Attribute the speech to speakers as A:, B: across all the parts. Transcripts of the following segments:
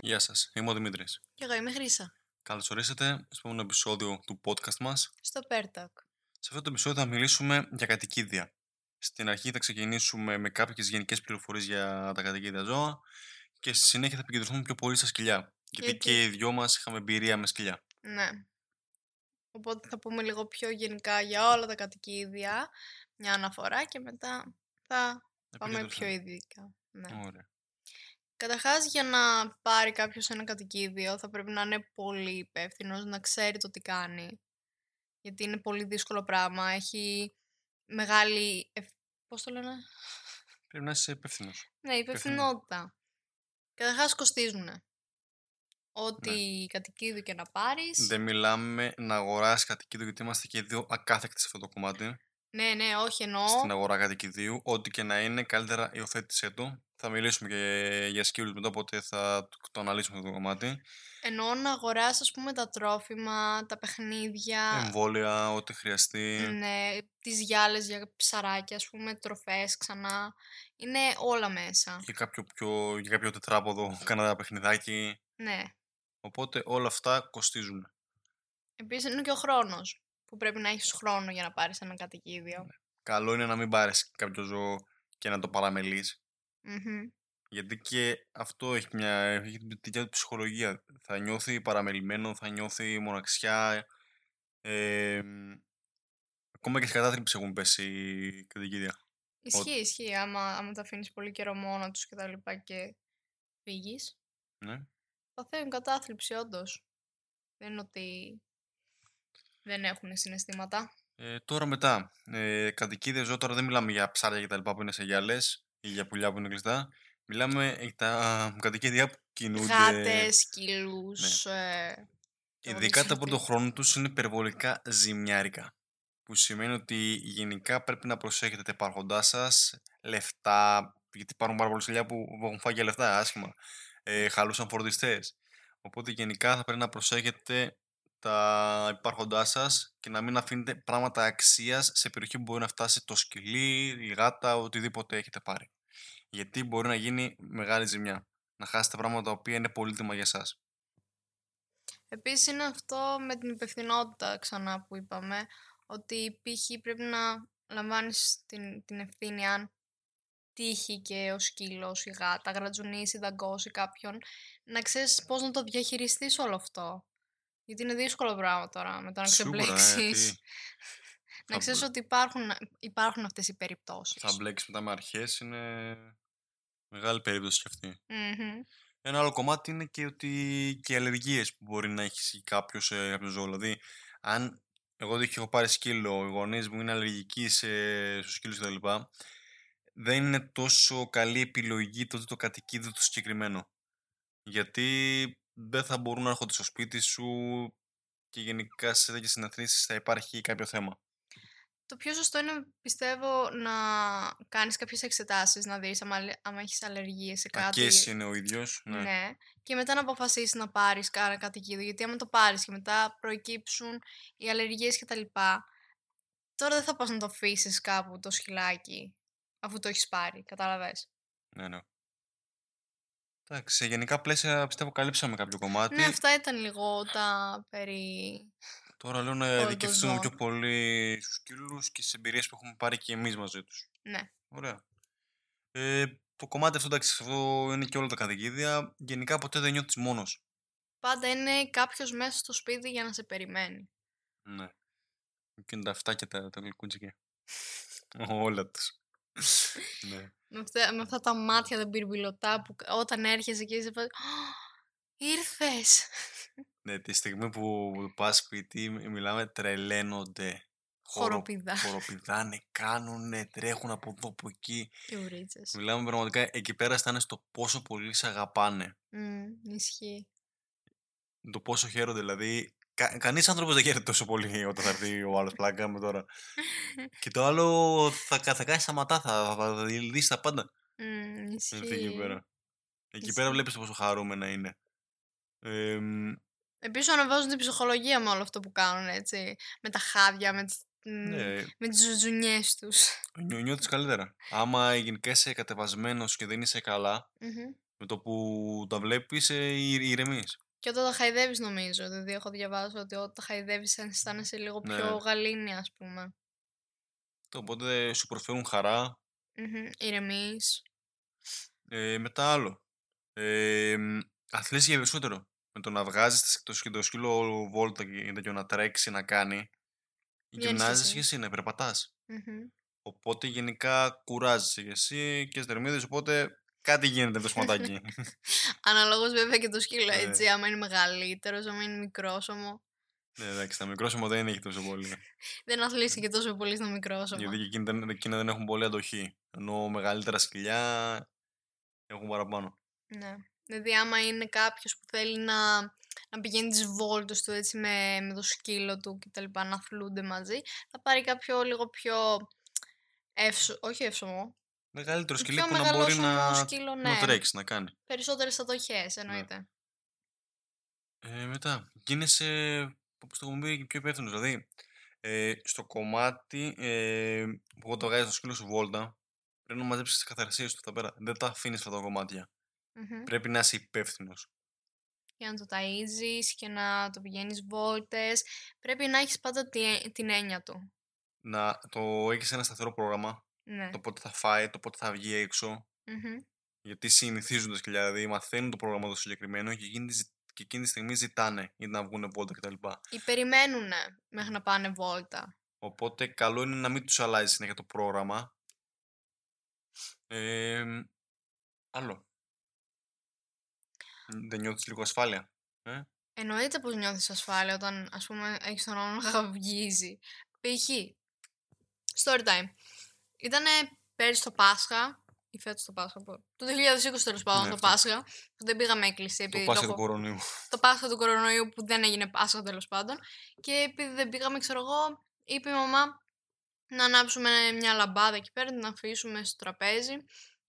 A: Γεια σας, είμαι ο Δημήτρης.
B: Και εγώ είμαι Χρύσα.
A: Καλώς ορίσατε στο επόμενο επεισόδιο του podcast μας. Σε
B: Στο Πέρτοκ.
A: αυτό το επεισόδιο θα μιλήσουμε για κατοικίδια. Στην αρχή θα ξεκινήσουμε με κάποιες γενικές πληροφορίες για τα κατοικίδια ζώα και στη συνέχεια θα επικεντρωθούμε πιο πολύ στα σκυλιά. Γιατί
B: εκεί.
A: και οι δυο μας είχαμε εμπειρία με σκυλιά.
B: Ναι. Οπότε θα πούμε λίγο πιο γενικά για όλα τα κατοικίδια, μια αναφορά και μετά θα πάμε πιο
A: Επικεντρωθούμε.
B: ειδικά. Ναι.
A: Ωραία.
B: Καταρχάς για να πάρει κάποιος ένα κατοικίδιο θα πρέπει να είναι πολύ υπεύθυνος, να ξέρει το τι κάνει. Γιατί είναι πολύ δύσκολο πράγμα, έχει μεγάλη... Ευ... Πώς το λένε?
A: Πρέπει να είσαι υπεύθυνος.
B: Ναι, υπευθυνότητα. Καταρχάς κοστίζουνε. Ό,τι κατοικίδιο και να πάρεις.
A: Ναι. Δεν μιλάμε να αγοράσεις κατοικίδιο γιατί είμαστε και δύο ακάθεκτοι σε αυτό το κομμάτι.
B: Ναι, ναι, όχι εννοώ.
A: Στην αγορά κατοικιδίου, ό,τι και να είναι, καλύτερα υιοθέτησέ το. Θα μιλήσουμε και για σκύλους μετά, οπότε θα το- το αναλύσουμε αυτό το κομμάτι.
B: Εννοώ να αγοράσεις, ας πούμε, τα τρόφιμα, τα παιχνίδια.
A: Εμβόλια, ό,τι χρειαστεί.
B: Ναι, τις γυάλες για ψαράκια, ας πούμε, τροφές ξανά. Είναι όλα μέσα.
A: Για κάποιο, πιο, για κάποιο τετράποδο, κάνα ένα παιχνιδάκι.
B: Ναι.
A: Οπότε όλα αυτά κοστίζουν.
B: Επίσης είναι και ο χρόνος. Που πρέπει να έχεις χρόνο για να πάρεις ένα κατοικίδιο.
A: Καλό είναι να μην πάρεις κάποιο ζώο και να το παραμελείς. Ναι.
B: Μμμ.
A: Γιατί και αυτό έχει μια έχει την δικιά του ψυχολογία. Θα νιώθει παραμελημένο, θα νιώθει μοναξιά. Ε, μ, ακόμα και σε κατάθλιψη έχουν πέσει κατοικίδια.
B: Ισχύει, ισχύει. Άμα, άμα τα αφήνεις πολύ καιρό μόνο τους και τα λοιπά και φύγεις,
A: Ναι.
B: παθαίνουν κατάθλιψη όντως. Δεν είναι ότι δεν έχουν συναισθήματα.
A: Ε, τώρα μετά, ε, κατοικίδια ζώα, τώρα δεν μιλάμε για ψάρια και τα λοιπά που είναι σε γυαλές ή για πουλιά που είναι κλειστά. Μιλάμε για τα κατοικίδια που κινούνται. Ναι.
B: Γάτες, σκύλους, ε,
A: Ειδικά τα
B: Ορίσατε.
A: πρωτοχρόνια τους είναι υπερβολικά ζημιάρικα. Που σημαίνει ότι γενικά πρέπει να προσέχετε τα υπάρχοντά σας, λεφτά, γιατί υπάρχουν πάρα πολλά σκυλιά που έχουν φάει για λεφτά, άσχημα. Ε, χαλούσαν φορτιστές. Οπότε γενικά θα πρέπει να προσέχετε τα υπάρχοντά σας και να μην αφήνετε πράγματα αξίας σε περιοχή που μπορεί να φτάσει το σκυλί, η γάτα, οτιδήποτε έχετε πάρει. Γιατί μπορεί να γίνει μεγάλη ζημιά. Να χάσετε πράγματα τα οποία είναι πολύτιμα για εσάς.
B: Επίσης είναι αυτό με την υπευθυνότητα ξανά που είπαμε, ότι π.χ. πρέπει να λαμβάνεις την, την ευθύνη αν τύχει και ο σκύλος, η γάτα, γρατζουνίσει, δαγκώσει κάποιον, να ξέρεις πώς να το διαχειριστείς όλο αυτό. Γιατί είναι δύσκολο πράγμα τώρα με το να
A: Σίγουρα, ε,
B: ξεμπλέξεις.
A: τι-
B: να
A: θα
B: ξέρεις
A: μπλε-
B: ότι υπάρχουν, υπάρχουν αυτές οι περιπτώσεις.
A: θα μπλέξεις μετά με αρχές είναι μεγάλη περίπτωση και αυτή.
B: Μμμ.
A: Ένα άλλο κομμάτι είναι και ότι και αλλεργίες που μπορεί να έχεις κάποιο σε κάποιο ζώο. Δηλαδή, αν εγώ δεν έχω πάρει σκύλο, οι γονείς μου είναι αλλεργικοί σε, στους σκύλους κτλ. Δεν είναι τόσο καλή επιλογή τότε το κατοικίδιο του συγκεκριμένο. Γιατί δεν θα μπορούν να έρχονται στο σπίτι σου και γενικά σε τέτοιες συναθρήσεις θα υπάρχει κάποιο θέμα.
B: Το πιο σωστό είναι, πιστεύω, να κάνεις κάποιες εξετάσεις, να δεις άμα, αλλε- άμα έχεις αλλεργίες σε
A: Να
B: κάτι.
A: και εσύ είναι ο ίδιος.
B: Ναι. Και μετά να αποφασίσεις να πάρεις κάνα κατοικίδιο. Γιατί άμα το πάρεις και μετά προκύψουν οι αλλεργίες κτλ. Τώρα δεν θα πας να το αφήσεις κάπου το σκυλάκι, αφού το έχεις πάρει. Κατάλαβες.
A: Ναι, ναι. Εντάξει, σε γενικά πλαίσια πιστεύω καλύψαμε κάποιο κομμάτι.
B: Ναι, αυτά ήταν λίγο τα περί.
A: Τώρα λέω να
B: των
A: ειδικευτούμε πιο
B: ζώων.
A: πολύ στους σκύλους και στις εμπειρίες που έχουμε πάρει και εμείς μαζί τους.
B: Ναι.
A: Ωραία. Ε, το κομμάτι αυτό, εντάξει, αυτό είναι και όλα τα κατοικίδια. Γενικά ποτέ δεν νιώθεις μόνος.
B: Πάντα είναι κάποιος μέσα στο σπίτι για να σε περιμένει.
A: Ναι. Και είναι τα αυτά και τα, τα γλυκούτσικια. όλα τους. ναι.
B: Με αυτά, με αυτά τα μάτια τα μπυρμπυλωτά που κα- όταν έρχεσαι και είσαι φάση, «Α, Ήρθες!
A: ναι, τη στιγμή που πας σπίτι μι- μιλάμε τρελαίνονται. Χορο-
B: Χοροπηδά.
A: Χοροπηδάνε, κάνουνε, τρέχουν από εδώ, από εκεί.
B: Και ουρίτσες.
A: Μιλάμε πραγματικά εκεί πέρα αισθάνεσαι στο πόσο πολύ σε αγαπάνε.
B: Μμμ, ισχύει.
A: Το πόσο χαίρονται. Δηλαδή, κα, κανείς άνθρωπος δεν χαίρεται τόσο πολύ όταν θα έρθει ο άλλος πλάκα με τώρα. και το άλλο θα, κα- θα κάνει σταματά, θα, θα, θα λύσει τα πάντα.
B: Μμμ,
A: να έρθει εκεί
B: ισχύει.
A: πέρα. Εκεί πέρα
B: Ισχύει.
A: βλέπεις πόσο χαρούμενα είναι. Ε, μ,
B: Επίσης ανεβάζουν την ψυχολογία με όλο αυτό που κάνουν, έτσι. Με τα χάδια, με τις, μ,
A: ναι,
B: με τις ζουζουνιές τους.
A: νιώ, νιώθεις καλύτερα. Άμα γενικά είσαι κατεβασμένος και δεν είσαι καλά,
B: Μμμ.
A: Με το που τα βλέπεις ε, ηρ- ηρεμείς.
B: Και όταν τα χαϊδεύεις, νομίζω. Δηλαδή, έχω διαβάσει ότι όταν τα χαϊδεύεις, αισθάνεσαι λίγο
A: Ναι.
B: πιο γαλήνη, ας πούμε.
A: Το Οπότε σου προφέρουν χαρά.
B: Μμμ, ηρεμείς.
A: Ε, μετά άλλο. Ε, μ, αθλείς για περισσότερο. Με το να βγάζεις το, σκ- το σκύλο βόλτα και και να τρέξει να κάνει.
B: Βγαίνεις
A: Γυμνάζεσαι
B: εσύ.
A: και εσύ, ναι, περπατάς.
B: Μμμ.
A: Οπότε γενικά κουράζεσαι και εσύ και στερμίδες, οπότε κάτι γίνεται με το σωματάκι.
B: Αναλόγως βέβαια και το σκύλο,
A: Ναι.
B: έτσι. Άμα είναι μεγαλύτερος, άμα είναι μικρόσωμο.
A: ναι, εντάξει, τα μικρόσωμα δεν έχει τόσο πολύ.
B: Δεν αθλήσει και τόσο πολύ στο μικρόσωμο.
A: γιατί και εκείνα, δεν- εκείνα δεν έχουν πολύ αντοχή. Ενώ μεγαλύτερα σκυλιά έχουν παραπάνω.
B: Ναι. Δηλαδή, άμα είναι κάποιος που θέλει να, να πηγαίνει τις βόλτες του έτσι με, με το σκύλο του κτλ. να αθλούνται μαζί, θα πάρει κάποιο λίγο πιο. Εύσω, όχι εύσωμο.
A: Μεγαλύτερο σκυλί
B: πιο
A: που να μπορεί
B: μεγαλόσωμο
A: να,
B: σκύλο, ναι.
A: να τρέξει, Ναι. να κάνει.
B: Περισσότερες ατοχέ εννοείται.
A: Ε, μετά, γίνεσαι, όπως το έχουμε πει, πιο υπεύθυνος. Δηλαδή, ε, στο κομμάτι ε, που όταν βγάζεις το σκύλο σου βόλτα, πρέπει να μαζέψεις τις καθαρσίες του αυτά πέρα. Δεν τα αφήνεις αυτά τα κομμάτια.
B: Μμμ.
A: Πρέπει να είσαι υπεύθυνος.
B: για να το ταΐζεις και να το πηγαίνεις βόλτες. Πρέπει να έχεις πάντα τη- την έννοια του.
A: Να το έχεις ένα σταθερό πρόγραμμα,
B: Ναι.
A: το πότε θα φάει, το πότε θα βγει έξω.
B: Μμμ.
A: Γιατί συνηθίζουν τα σκυλιά, δηλαδή μαθαίνουν το πρόγραμμα το συγκεκριμένο και εκείνη, τη ζη- και εκείνη τη στιγμή ζητάνε για να βγουν βόλτα κτλ.
B: Ή περιμένουν ναι, μέχρι να πάνε βόλτα.
A: Οπότε καλό είναι να μην τους αλλάζει συνέχεια το πρόγραμμα. Ε, μ, άλλο. Μ, Δεν νιώθεις λίγο ασφάλεια.
B: Εννοείται πως νιώθεις ασφάλεια όταν, ας πούμε, έχεις τον όνομα να χαυγίζει. Π.χ. Story time. Ήτανε πέρυσι το Πάσχα, ή φέτος το Πάσχα, που- το 2020 τέλος πάντων
A: Ναι,
B: το
A: αυτό.
B: Πάσχα, που δεν πήγαμε έκκληση
A: Το
B: επειδή
A: πάση
B: το,
A: του
B: έχω-
A: κορονοϊού.
B: το Πάσχα του κορονοϊού που δεν έγινε Πάσχα τέλος πάντων. Και επειδή δεν πήγαμε, ξέρω εγώ, είπε η μαμά να ανάψουμε μια λαμπάδα εκεί πέρα, την αφήσουμε στο τραπέζι.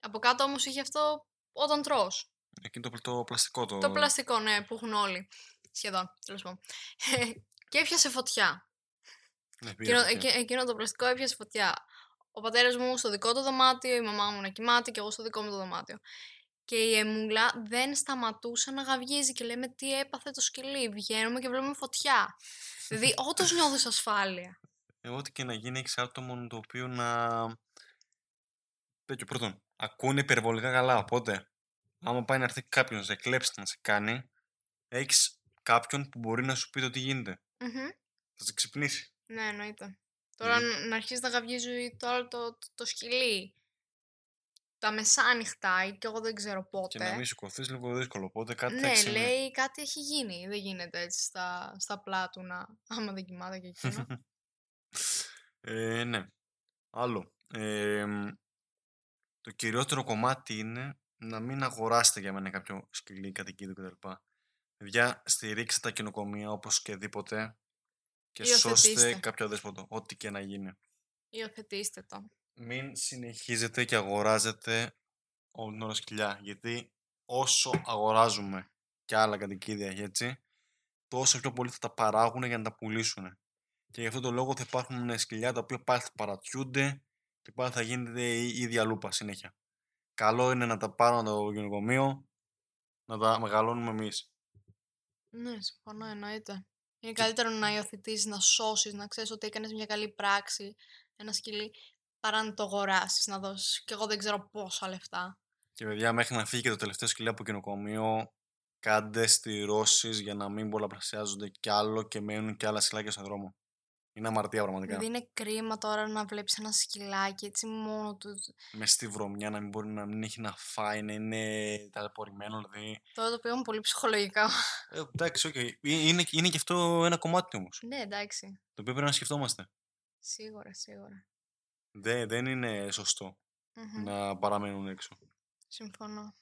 B: Από κάτω όμως είχε αυτό όταν τρως.
A: Εκείνο το, πλ- το πλαστικό το...
B: Το πλαστικό, ναι, που έχουν όλοι. Σχεδόν, τέλος πάντων. και έπιασε φωτιά.
A: Ναι, πήρε
B: Εκείνο,
A: από εκεί.
B: εκείνο- εκείνο το πλαστικό έπιασε φωτιά. Ο πατέρας μου στο δικό του δωμάτιο, η μαμά μου να κοιμάται και εγώ στο δικό μου το δωμάτιο. Και η εμούλα δεν σταματούσε να γαυγίζει και λέμε τι έπαθε το σκυλί. Βγαίνουμε και βλέπουμε φωτιά. δηλαδή, όντως νιώθεις ασφάλεια.
A: Ε, ό,τι και να γίνει έχεις άτομο το οποίο να... Τέτοιο πρώτον, ακούνε υπερβολικά καλά, οπότε άμα πάει να έρθει κάποιον να σε κλέψει, να σε κάνει, έχεις κάποιον που μπορεί να σου πει το τι γίνεται.
B: Μμμ.
A: Θα σε ξυπνήσει.
B: Ναι, εννοείται. Τώρα
A: Μμμ.
B: ν- να αρχίζει να γαυγίζει το άλλο το, το, το σκυλί. Τα μεσάνυχτα ή και εγώ δεν ξέρω πότε.
A: Και να μην σηκωθείς λίγο δύσκολο. Οπότε κάτι θα
B: Ναι,
A: ξύνει.
B: λέει κάτι έχει γίνει. Δεν γίνεται έτσι στα, στα πλάτουνα, άμα δεν κοιμάται και εκείνο.
A: Ε, ναι. Άλλο. Ε, μ, το κυριότερο κομμάτι είναι να μην αγοράσετε για μένα κάποιο σκυλί, κατοικίδιο κτλ. Παιδιά, στηρίξτε τα κοινοκομεία όπως και δίποτε και σώστε
B: Υιοθετήστε.
A: κάποιο αδέσποτο, ό,τι και να γίνει.
B: Υιοθετήστε το.
A: Μην συνεχίζετε και αγοράζετε όλη την ώρα σκυλιά, γιατί όσο αγοράζουμε και άλλα κατοικίδια έτσι, τόσο πιο πολύ θα τα παράγουν για να τα πουλήσουν. Και γι' αυτό το λόγο θα υπάρχουν σκυλιά τα οποία πάλι θα παρατιούνται και πάλι θα γίνεται η η ίδια λούπα συνέχεια. Καλό είναι να τα πάρουμε από το γυναικομείο, να τα μεγαλώνουμε εμείς.
B: Ναι, συμφωνώ, εννοείται. Είναι καλύτερο να υιοθετήσει, να σώσεις, να ξέρεις ότι έκανες μια καλή πράξη, ένα σκυλί, παρά να το αγοράσεις, να δώσεις. Και εγώ δεν ξέρω πόσα λεφτά.
A: Και παιδιά, μέχρι να φύγει και το τελευταίο σκυλί από κοινοκομείο, κάντε στηρώσεις για να μην πολλαπλασιάζονται κι άλλο και μένουν κι άλλα σκυλάκια στον δρόμο. Είναι αμαρτία πραγματικά.
B: Δηλαδή είναι κρίμα τώρα να βλέπεις ένα σκυλάκι έτσι μόνο τους.
A: Μες στη βρωμιά να μην μπορεί να μην έχει να φάει, να είναι ταλαιπωρημένο. Δηλαδή.
B: Τώρα το πήγαμε πολύ ψυχολογικά.
A: Ε, εντάξει, οκ. Ε, Είναι, είναι και αυτό ένα κομμάτι όμως.
B: ναι, εντάξει.
A: Το οποίο πρέπει να σκεφτόμαστε.
B: Σίγουρα, σίγουρα.
A: Δε, δεν είναι σωστό
B: Μμμ.
A: να παραμένουν έξω.
B: Συμφωνώ.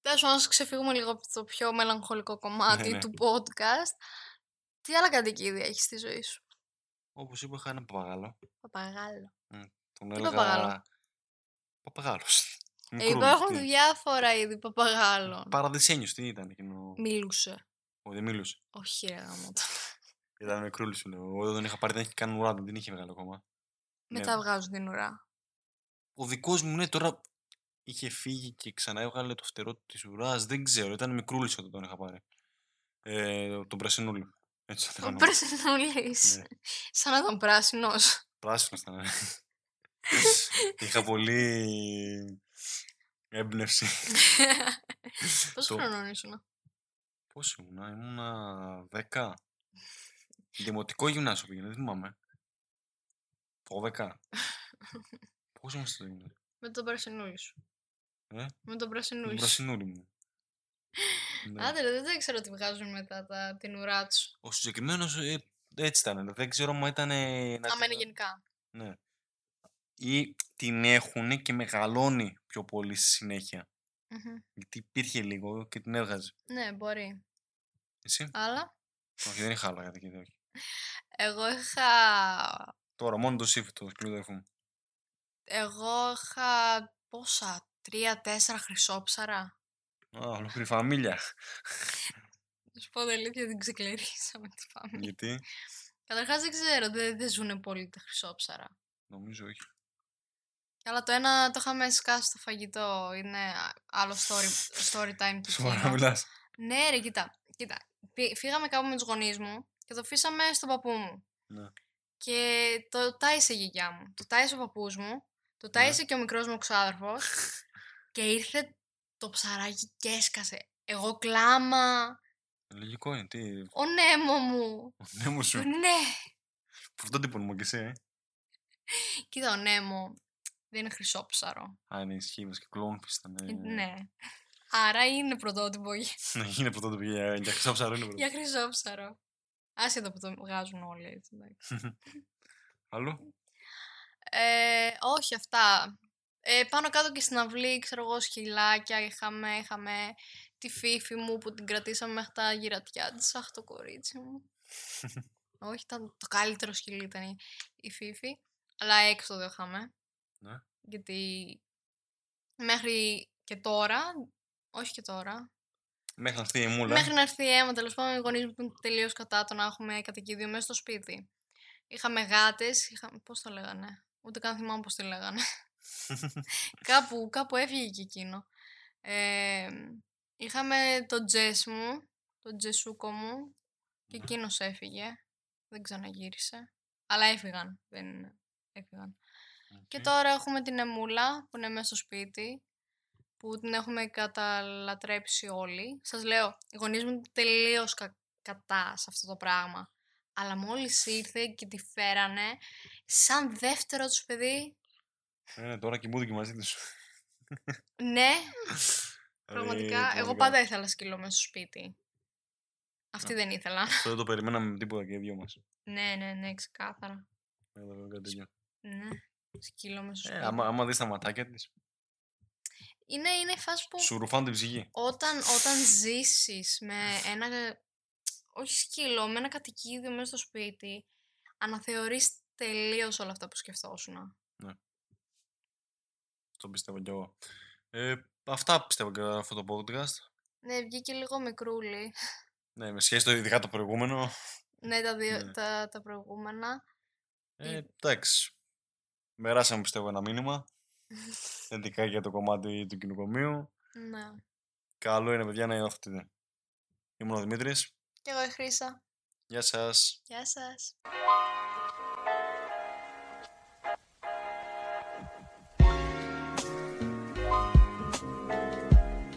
B: Τέλος πάντων, ας ξεφύγουμε λίγο από το πιο μελαγχολικό κομμάτι
A: Ναι, ναι.
B: του podcast. Τι άλλα κατοικίδια έχεις στη ζωή σου,
A: Όπως είπα, είχα ένα παπαγάλο.
B: Παπαγάλο.
A: Τον
B: Τι
A: έλεγα.
B: παπαγάλο?
A: Παπαγάλος.
B: Ε, υπάρχουν διάφορα είδη παπαγάλων.
A: Παραδεισένιος, τι ήταν εκείνο.
B: Ναι. Μιλούσε.
A: Ο, δεν μιλούσε.
B: Όχι, ρε γαμότο.
A: Ήταν μικρούλης σου λέω. Εγώ τον είχα πάρει, δεν είχε καν ουρά, δεν την είχε βγάλει ακόμα. Ναι.
B: Μετά βγάζουν την ουρά.
A: Ο δικός μου, ναι, τώρα είχε φύγει και ξανά έβγαλε το φτερό του της ουράς. Δεν ξέρω, ήταν μικρούλης όταν τον είχα πάρει. Ε, τον πρασινούλη. Έτσι θα
B: Ο
A: λέγαμε.
B: Περσινούλης.
A: Ναι.
B: Σαν να ήταν πράσινος.
A: Πράσινος ήταν. ε. Είχα πολύ έμπνευση.
B: Πόσο
A: Το-
B: χρονών ήσουν.
A: Πώς ήμουνα, ήμουνα 10. Δημοτικό γυμνάσιο πήγαινε, δεν θυμάμαι. Το 12. Πώς ήμουν στο γυμνάσιο.
B: Με τον Περσινούλη σου.
A: Ε?
B: Με τον
A: Τον
B: Περσινούλη σου.
A: πρασινούλη μου. Ναι.
B: Άντε ρε, δεν τα ξέρω τι βγάζουν μετά τα, την ουρά τους.
A: Ο συγκεκριμένος έτσι ήταν. Δεν ξέρω αν ήταν. ε, να
B: Άμα είναι
A: την-
B: γενικά.
A: Ναι. Ή την έχουν και μεγαλώνει πιο πολύ στη συνέχεια.
B: Μμμ.
A: Γιατί υπήρχε λίγο και την έβγαζε.
B: Ναι, μπορεί.
A: Εσύ.
B: Αλλά
A: όχι, δεν είχα άλλα κάτι και όχι.
B: εγώ είχα...
A: Τώρα, μόνο το σύφι του σκληρού του αδερφού μου.
B: Εγώ είχα πόσα, τρία, τέσσερα χρυσόψαρα.
A: Α, ολόκληρη φαμίλια.
B: Να σου πω την αλήθεια, την ξεκλερίσαμε τη φάμε.
A: Γιατί.
B: Καταρχάς δεν ξέρω, δεν, δεν ζουν πολύ τα χρυσόψαρα.
A: Νομίζω όχι.
B: Αλλά το ένα το είχαμε σκάσει στο φαγητό. Είναι άλλο story, story time και
A: Σοβαρά
B: εκείνο.
A: μιλάς.
B: Ναι, ρε, κοίτα. κοίτα. Πη- Φύγαμε κάπου με τους γονείς μου και το αφήσαμε στον παππού μου.
A: Ναι.
B: Και το τάισε η γιαγιά μου. Το τάισε ο παππούς μου. Το
A: Ναι.
B: τάισε και ο μικρός μου ξάδερφος και ήρθε το ψαράκι και έσκασε. Εγώ κλάμα.
A: Ε, Λογικό είναι. Τι.
B: Ο νέμο μου.
A: Ναι, μου
B: Το
A: σου.
B: ναι.
A: Που Αυτό τύπο μου και εσύ, ε.
B: Κοίτα, ο νέμο δεν είναι χρυσόψαρο.
A: Α, είναι ισχύει μας και κλόμπι ήταν. ε.
B: Ναι. Άρα είναι πρωτότυπο για-
A: Να γίνει πρωτότυπο για για χρυσό ψαρό είναι πρωτότυπο.
B: Για χρυσόψαρο. Άσχετα που το βγάζουν όλοι έτσι. εντάξει.
A: Άλλο.
B: Ε, όχι αυτά. Ε, πάνω κάτω και στην αυλή, ξέρω εγώ, σκυλάκια είχαμε, είχαμε τη φίφη μου που την κρατήσαμε μέχρι τα γυρατιά της. Αχ, το κορίτσι μου. όχι, ήταν το καλύτερο σκυλί ήταν η, η φίφη. Αλλά έξω δεν είχαμε.
A: Ναι.
B: Γιατί μέχρι και τώρα, όχι και τώρα,
A: Μέχρι να έρθει η μούλα.
B: Μέχρι να έρθει η αίμα, τέλος πάντων, οι γονείς μου ήταν τελείως κατά το να έχουμε κατοικίδιο μέσα στο σπίτι. Είχαμε γάτες. Είχα... Πώς το λέγανε. Ούτε καν θυμάμαι πώς τη λέγανε. κάπου, κάπου έφυγε και εκείνο. Ε, είχαμε τον Τζες μου, τον Τζεσούκο μου, και
A: Ναι.
B: εκείνος έφυγε. Δεν ξαναγύρισε. Αλλά έφυγαν. Δεν έφυγαν. Και
A: Οκ.
B: τώρα έχουμε την εμούλα που είναι μέσα στο σπίτι που την έχουμε καταλατρέψει όλοι. Σας λέω, οι γονείς μου είναι τελείως κα- κατά σε αυτό το πράγμα. Αλλά μόλις ήρθε και τη φέρανε σαν δεύτερο τους παιδί,
A: Ε, ναι, τώρα κοιμούνται και μαζί τους. Ε,
B: ναι, πραγματικά, εγώ πάντα ήθελα σκύλο μέσα στο σπίτι. Αυτή
A: Α.
B: δεν ήθελα.
A: Αυτό δεν το περιμέναμε με τίποτα και οι δυο μας.
B: Ναι, ναι, ναι, ξεκάθαρα. Ναι, σκύλο μέσα στο
A: Ε,
B: σπίτι.
A: άμα, άμα δεις τα ματάκια της,
B: Είναι, είναι η φάση που
A: σου ρουφάνε την ψυχή.
B: όταν, όταν ζήσεις με ένα, όχι σκύλο, με ένα κατοικίδιο μέσα στο σπίτι, αναθεωρείς τελείως όλα αυτά που σκεφτόσουν.
A: Το πιστεύω κι εγώ. Ε, αυτά πιστεύω και για αυτό το podcast.
B: Ναι, βγήκε λίγο μικρούλι.
A: Ναι, με σχέση το ειδικά το προηγούμενο.
B: Ναι, τα, δύο,
A: Ναι.
B: τα, τα προηγούμενα.
A: Ε,
B: Ε.
A: εντάξει. Μεράσαμε πιστεύω ένα μήνυμα. Ειδικά για το κομμάτι του κοινοκομείου.
B: Ναι.
A: Καλό είναι, παιδιά, να υιοθετείτε. Ήμουν ο Δημήτρης.
B: Και εγώ η Χρύσα.
A: Γεια σας.
B: Γεια σας.